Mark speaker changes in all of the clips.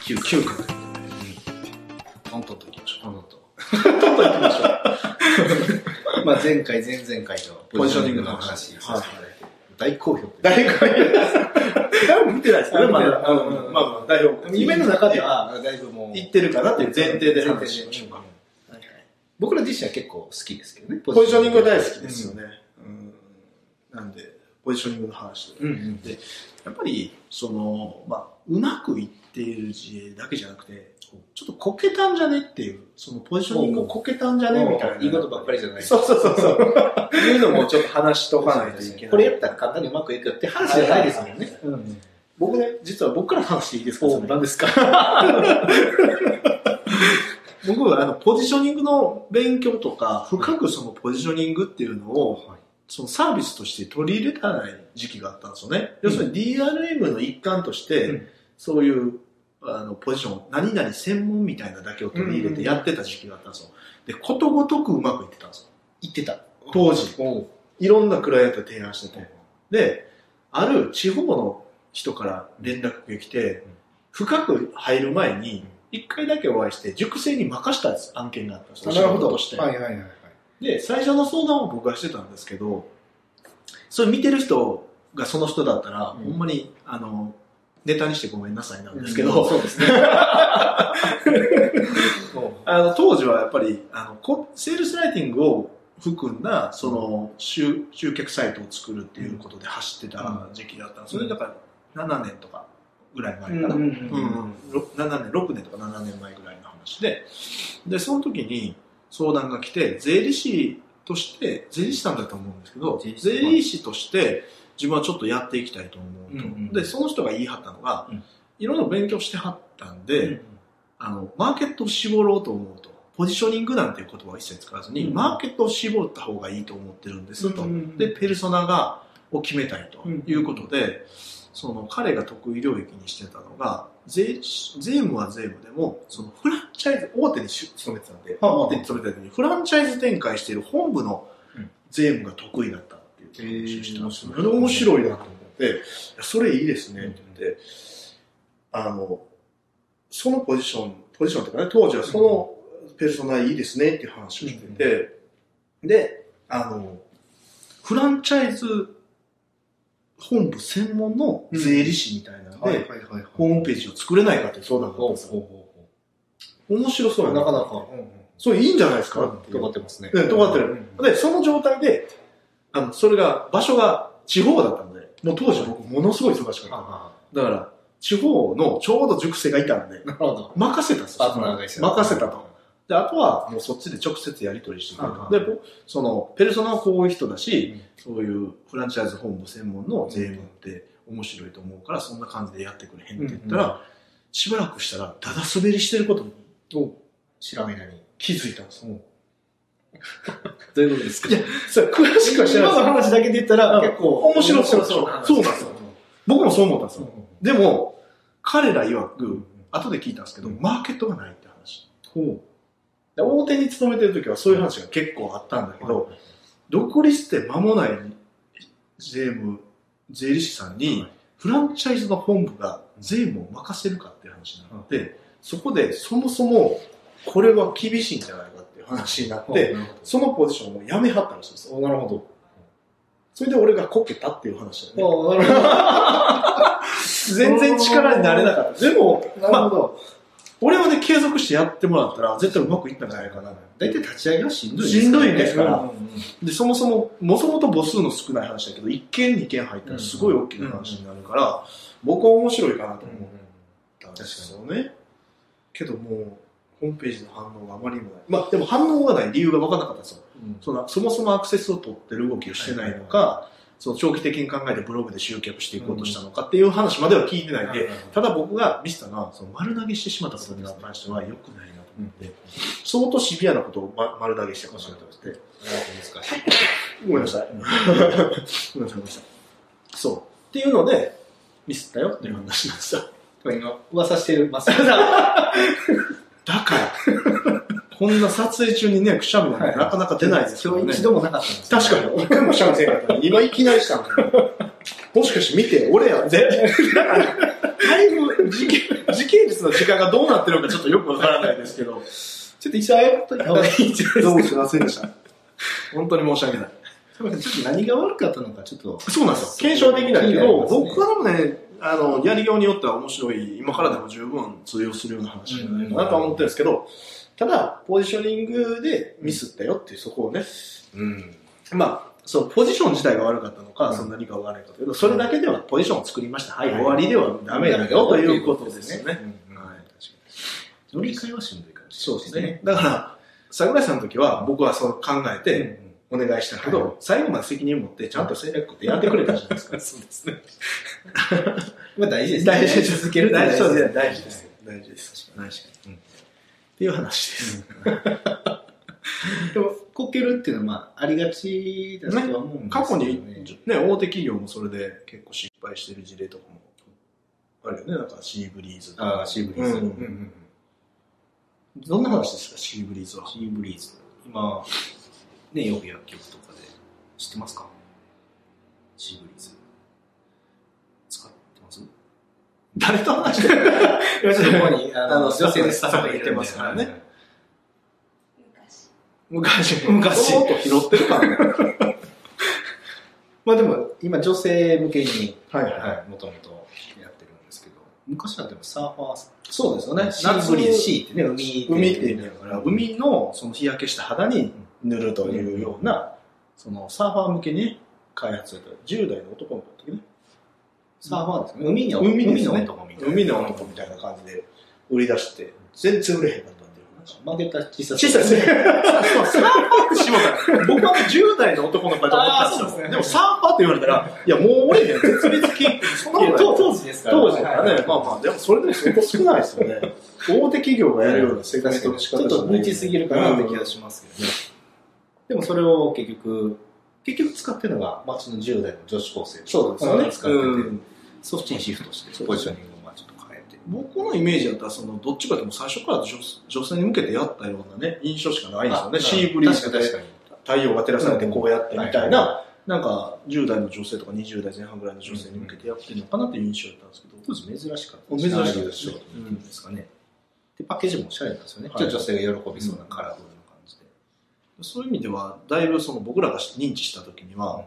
Speaker 1: 嗅覚。嗅覚。トントンといきましょう。トントンと。トントンいきましょう。 まあ前回、前々回のポジショニングの話させていただいて、大好評。
Speaker 2: 誰かに。誰も見てないですけどね、まだ。
Speaker 1: う
Speaker 2: うんんうんまあまあ、代表。夢の中では、
Speaker 1: あ、だいぶもう。
Speaker 2: 行ってるかなっていう前提
Speaker 1: 前
Speaker 2: で
Speaker 1: 提
Speaker 2: 話
Speaker 1: で
Speaker 2: しましょうか。
Speaker 1: 僕ら自身は結構好きですけどね。ポ
Speaker 2: ポジショニングは大好きですよね。うんなんで、ポジショニングの話
Speaker 1: うんうん。
Speaker 2: やっぱり、その、まあ、うまくいっている事例だけじゃなくて、ちょっとこけたんじゃねっていう、そのポジショニングこけたんじゃねみたいな。
Speaker 1: いいことばっかりじゃない。
Speaker 2: そうそうそうそう。いうのもちょ っと話しとかないといけない。
Speaker 1: これやったら簡単にうまくいくよって話じゃないですもんね。
Speaker 2: うん僕ね、実は僕から話していいですか
Speaker 1: お
Speaker 2: それ何ですか僕はあの、ポジショニングの勉強とか、深くそのポジショニングっていうのを、そのサービスとして取り入れたない時期があったんですよね。
Speaker 1: うん
Speaker 2: 要するに DRM の一環として、
Speaker 1: うん
Speaker 2: そういうあのポジション、何々専門みたいなだけを取り入れてやってた時期があったんですよ。で、ことごとくうまくいってたんですよ。
Speaker 1: 言ってた。
Speaker 2: 当時。
Speaker 1: おう
Speaker 2: いろんなクライアントに提案してて。で、ある地方の人から連絡が来て
Speaker 1: ん、
Speaker 2: 深く入る前に、一回だけお会いして、熟成に任した案件があったんですよ。
Speaker 1: なるほ
Speaker 2: 仕事
Speaker 1: ど。
Speaker 2: として。
Speaker 1: はいはいはいはい。
Speaker 2: で、最初の相談を僕はしてたんですけど、それ見てる人がその人だったら、
Speaker 1: うん
Speaker 2: ほんまに、あの、ネタにしてごめんなさいなんですけ
Speaker 1: うん
Speaker 2: ど、
Speaker 1: そうですね。
Speaker 2: あの当時はやっぱりあのこセールスライティングを含んだその集集客サイトを作るっていうことで走ってた時期だったのそれだから7年とかぐらい前かな、うんろ7年6年とか7年前ぐらいの話ででその時に相談が来て税理士として税理士さんだと思うんですけど
Speaker 1: 税理士
Speaker 2: 税理士として自分はちょっとやっていきたいと思うと、
Speaker 1: うんうん
Speaker 2: でその人が言い張ったのが、
Speaker 1: うん
Speaker 2: いろいろ勉強してはったんで、あの、マーケットを絞ろうと思うと。ポジショニングなんていう言葉を一切使わずに、
Speaker 1: うん
Speaker 2: マーケットを絞った方がいいと思ってるんですと。で、
Speaker 1: で、
Speaker 2: ペルソナが、を決めたいと
Speaker 1: うん
Speaker 2: いうことで、その彼が得意領域にしてたのが、税、税務は税務でも、そのフランチャイズ、大手に勤めてたんで、
Speaker 1: はあはあ
Speaker 2: 大手に勤めてた時に、フランチャイズ展開している本部の
Speaker 1: うん
Speaker 2: 税務が得意だったっていう話をしてたんですよ
Speaker 1: へ
Speaker 2: ね。
Speaker 1: ー
Speaker 2: 面白いなと思って、いやそれいいですねって言って、あの、そのポジション、ポジションとかね、当時はそのペルソナいいですねっていう話をしてて、で、あの、フランチャイズ本部専門の税理士みたいなんで、
Speaker 1: はいはいはいはい。
Speaker 2: ホームページを作れないかっていう相談があったん
Speaker 1: ほう
Speaker 2: ですよ。
Speaker 1: ほうほう
Speaker 2: 面白そう
Speaker 1: ほ
Speaker 2: や
Speaker 1: う
Speaker 2: な
Speaker 1: なかなか、うんうん
Speaker 2: それいいんじゃないですかっていう
Speaker 1: 尖ってますね。
Speaker 2: ね尖ってる
Speaker 1: うんうん
Speaker 2: で、その状態で、あの、それが、場所が地方だったんで、もう当時僕ものすごい忙しかっ
Speaker 1: あ
Speaker 2: た。だから、地方のちょうど塾生がいたんで
Speaker 1: あ、なるほど。
Speaker 2: 任せたんです
Speaker 1: パ
Speaker 2: よ
Speaker 1: ートナーがいて
Speaker 2: 任せたと。。で、あとはもうそっちで直接やり取りしてくれ
Speaker 1: あ
Speaker 2: た。
Speaker 1: あ
Speaker 2: で、ぼその、ペルソナはこういう人だし、
Speaker 1: うん
Speaker 2: そういうフランチャイズ本部専門の税務って面白いと思うから、そんな感じでやってくれへんって言ったら、
Speaker 1: うん
Speaker 2: しばらくしたら、だだ滑りしてることに
Speaker 1: お知らないなに。
Speaker 2: 気づいたん です。
Speaker 1: どういうことですか
Speaker 2: いやそれ詳しくは知らな
Speaker 1: 今
Speaker 2: いです
Speaker 1: の話だけで言ったら、
Speaker 2: うん
Speaker 1: 結構
Speaker 2: 面白そうそうなんですよ僕もそう思ったんですよ。でも、彼ら曰く、後で聞いたんですけ
Speaker 1: う
Speaker 2: ど、
Speaker 1: ん
Speaker 2: マーケットがないって話。
Speaker 1: ほ
Speaker 2: で大手に勤めてる時はそういう話が結構あったんだけど、独立して間もない税務、税理士さんに、フランチャイズの本部が税務を任せるかっていう話になって、そこでそもそも、これは厳しいんじゃないかっていう話になって、
Speaker 1: で、
Speaker 2: そのポジションを辞めはったらしいんですよ。
Speaker 1: おなるほ
Speaker 2: それで俺がこけたっていう話だよね。
Speaker 1: ど。あなるほ
Speaker 2: 全然力になれなかった。でも、
Speaker 1: ど。なるほど。
Speaker 2: 俺はね、継続してやってもらったら、絶対うまくいったんじゃないかな。
Speaker 1: 大体立ち上げはしんどい
Speaker 2: しんどいですから
Speaker 1: うんうんうん
Speaker 2: で、そもそも、もともと母数の少ない話だけど、1件2件入ったらすごい大きな話になるから、僕は面白いかなと思ったんですよね。けどもう、ホームページの反応があまりにもない。まあ、でも反応がない理由が分からなかったんですよ。そのそもそもアクセスを取ってる動きをしてないのか、その長期的に考えてブログで集客していこうとしたのかっていう話までは聞いてないんで、ただ僕が見せたのは、その丸投げしてしまったことに関しては良くないなと思って、相当シビアなことをま丸投げしてほしいなと思って、
Speaker 1: 難しい。
Speaker 2: ごめんなさい。ごめんなさい、ごめんなさい。そう。っていうので、ミスったよっていう話なんですよ。
Speaker 1: これ今、噂してる、まさ
Speaker 2: だ から、こんな撮影中にね、くしゃみなんてなかなか出ないですよ
Speaker 1: 今
Speaker 2: ね
Speaker 1: 日一。度もなかったんです
Speaker 2: 確かに、一回もくしゃみせんかったのに今いきなりしたんだよもしかして見て、俺やで。だいぶ時系時系列の時間がどうなってるのかちょっとよくわからないですけど、ちょっと一応謝っといた方がい いんじゃないですか。
Speaker 1: どうもすいませんでした。
Speaker 2: 本当に申し訳ない。
Speaker 1: すみません、ちょっと何が悪かったのか、ちょっと。
Speaker 2: そうなんですよ。検証できないけど、
Speaker 1: そう
Speaker 2: 僕はでもね、あの、やりようによっては面白い、今からでも十分通用するような話じゃないかなとは思ってるんですけど、ただ、ポジショニングでミスったよっていう、そこをね、
Speaker 1: うん。
Speaker 2: まあ、そう、ポジション自体が悪かったのか、
Speaker 1: うん
Speaker 2: そんなにかわからないかというと、それだけではポジションを作りました。はい、終わりではダメだよ、ということですよね。。
Speaker 1: うん
Speaker 2: はい
Speaker 1: はい、確かに。乗り換えはしんどいかもしれ
Speaker 2: そう
Speaker 1: ない
Speaker 2: ですね。。だから、桜井さんの時は僕はそう考え
Speaker 1: で
Speaker 2: てお願いしたけ
Speaker 1: はい
Speaker 2: ど、最後まで責任を持ってちゃんと戦略ってやってくれたじゃないですか。 そうですね。
Speaker 1: まあ大事ですね。
Speaker 2: 大事続ける
Speaker 1: 大
Speaker 2: 大
Speaker 1: 事
Speaker 2: 事
Speaker 1: そう
Speaker 2: で
Speaker 1: ですす
Speaker 2: 大事です大事です
Speaker 1: 確かに。
Speaker 2: っていう話です、
Speaker 1: うんでも、こけるっていうのは、まあ、ありがちだとは思うんですけど、ね。
Speaker 2: 過去にね大手企業もそれで結構失敗してる事例とかもあるよねなんかシーブリーズ
Speaker 1: ああ、シーブリーズ。
Speaker 2: うんうんどんな話ですかシーブリーズは
Speaker 1: シーブリーズ。今、ね、よく薬局とかで、知ってますかシーブリーズ。使って ます
Speaker 2: 誰と話してる
Speaker 1: 要するに、ここに、あ
Speaker 2: あ
Speaker 1: の、
Speaker 2: の
Speaker 1: 女性のス
Speaker 2: ス
Speaker 1: タ
Speaker 2: タ
Speaker 1: ッフが
Speaker 2: ッフが
Speaker 1: い
Speaker 2: い
Speaker 1: て
Speaker 2: て
Speaker 1: ま
Speaker 2: ますす
Speaker 1: か
Speaker 2: からら
Speaker 1: ね
Speaker 2: ね。
Speaker 1: 昔、
Speaker 2: 昔
Speaker 1: 昔。
Speaker 2: 音拾ってる からね
Speaker 1: まあでも、今、女性向けに、
Speaker 2: はい
Speaker 1: はい、もともとやってるんですけど、昔はでもサーファーさん、
Speaker 2: そうですよね
Speaker 1: シーブリーズ、シーってね、
Speaker 2: 海
Speaker 1: 海
Speaker 2: っていう意味だから、海のその日焼けした肌に塗るというような、そのサーファー向けに開発された10代の男の子だったっけね。
Speaker 1: サーファーですね。海に
Speaker 2: 海ですね
Speaker 1: の男みたいな。
Speaker 2: 海の男みたいな感じで売り出して、全然売れへんかったっていう話。
Speaker 1: 曲げた小さ
Speaker 2: 小さいですね。そう、サーファーってしもたら僕は10代の男の子だと思ったん
Speaker 1: あーそう
Speaker 2: で
Speaker 1: で
Speaker 2: す
Speaker 1: す
Speaker 2: よ。
Speaker 1: ね
Speaker 2: でもサーファーって言われたら、いや、もう俺ね、絶滅危惧。そんなことない
Speaker 1: 当時ですから。
Speaker 2: 当時だからね、まあま
Speaker 1: あ。
Speaker 2: あ、でもそれでも相当少ないですよね。大手企業がやるような生活
Speaker 1: 確か
Speaker 2: の
Speaker 1: に。
Speaker 2: 仕
Speaker 1: ち
Speaker 2: 方
Speaker 1: ょっ
Speaker 2: じゃ
Speaker 1: と
Speaker 2: ない
Speaker 1: 無知すぎるかなって気がしますけどね。でもそれを結局、結局使ってるのが街の10代の女子高生。
Speaker 2: そうですよね。
Speaker 1: 使ってて
Speaker 2: うん
Speaker 1: そっちにシフトして、
Speaker 2: そう
Speaker 1: ポジショニングをまあちょっと変えて。
Speaker 2: 僕のイメージだったらそのどっちかでも最初から女女性に向けてやったようなね印象しかないんですよねシーブリーズ
Speaker 1: 確
Speaker 2: で
Speaker 1: かに。
Speaker 2: 太陽が照らされてこうやってみたい
Speaker 1: うん
Speaker 2: な、なんか10代の女性とか20代前半ぐらいの女性に向けてやってるのかなっていう印象だったんですけど、
Speaker 1: 当時珍しかった。
Speaker 2: 珍しかったですね
Speaker 1: うんですかね。で、パッケージもおしゃれなんですよね。
Speaker 2: はい
Speaker 1: ちょっと女性が喜びそうなカラフルな感じで。
Speaker 2: そういう意味ではだいぶその僕らが認知した時には、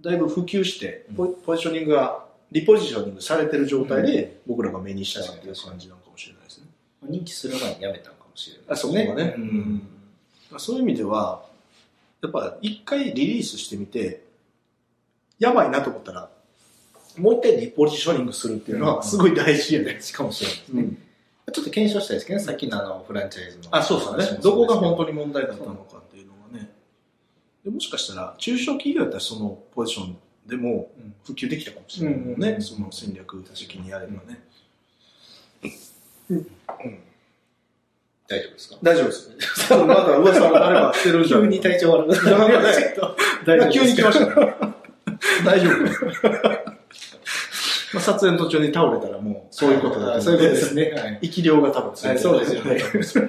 Speaker 2: だいぶ普及して
Speaker 1: うん
Speaker 2: ポポジショニングがリポジショニングされてる状態で僕らが目にしたっていう感じなのかもしれないですね。
Speaker 1: 認知する前にやめたのかもしれない。
Speaker 2: あそこはね
Speaker 1: う
Speaker 2: うん
Speaker 1: ん。
Speaker 2: まあそういう意味ではやっぱ一回リリースしてみてやばいなと思ったらもう一回リポジショニングするっていうの
Speaker 1: うん
Speaker 2: はすごい大事やね、
Speaker 1: しかもしれないですね。ちょっと検証したいですけどね、さっきのあのフランチャイズの。
Speaker 2: あそうですよねどこが本
Speaker 1: に。
Speaker 2: 当に問題だったのかっていうのがねでもしかしたら中小企業やったらそのポジションでも
Speaker 1: うん
Speaker 2: 普及できたかもしれないもん
Speaker 1: うんう
Speaker 2: ね、
Speaker 1: んうん
Speaker 2: その戦略的にやればね、
Speaker 1: 大丈夫ですか
Speaker 2: 大丈夫です まだ噂が誰かしてるんじゃ
Speaker 1: 急
Speaker 2: ない
Speaker 1: に体調悪く
Speaker 2: なんかね
Speaker 1: ちょっと大丈夫です
Speaker 2: 急に来ましたね
Speaker 1: 大丈夫です。
Speaker 2: まあ撮影の途中に倒れたらも うそういうことだと思
Speaker 1: あ
Speaker 2: ん
Speaker 1: そういうことですね。はい。
Speaker 2: 生き量が多分ついてる、
Speaker 1: はいそうですよね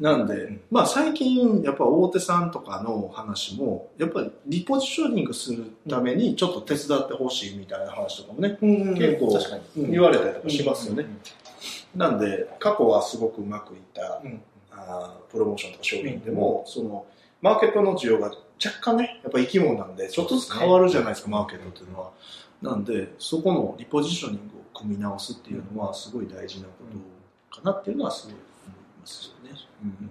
Speaker 2: なんで、
Speaker 1: うん
Speaker 2: まあ最近やっぱ大手さんとかの話もやっぱりリポジショニングするためにちょっと手伝ってほしいみたいな話とかもね、
Speaker 1: 結
Speaker 2: 結構
Speaker 1: 確かに。
Speaker 2: 言われたりとかしますよね、なんで過去はすごくうまくいった
Speaker 1: うん。うん
Speaker 2: あープロモーションとか商品でも、そのマーケットの需要が若干ねやっぱ生き物なんでちょっとずつ変わるじゃないですかマーケットっていうのはなんでそこのリポジショニングを組み直すっていうのはすごい大事なことかなっていうのはすごい思いますよね、
Speaker 1: うん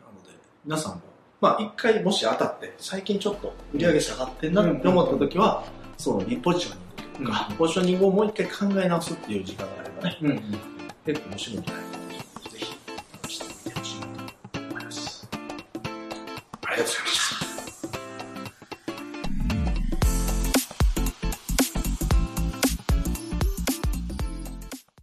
Speaker 2: なので、皆さんも、まあ一回もし当たって、最近ちょっと売り上げ下がってんなって思った時は、そのリポジショニングとか、ポジショニングをもう一回考え直すっていう時間があればね、
Speaker 1: うんうん。
Speaker 2: 結構面白いんじゃないかと、ぜひ、試してみてほしいなと思います。ありがとうございました。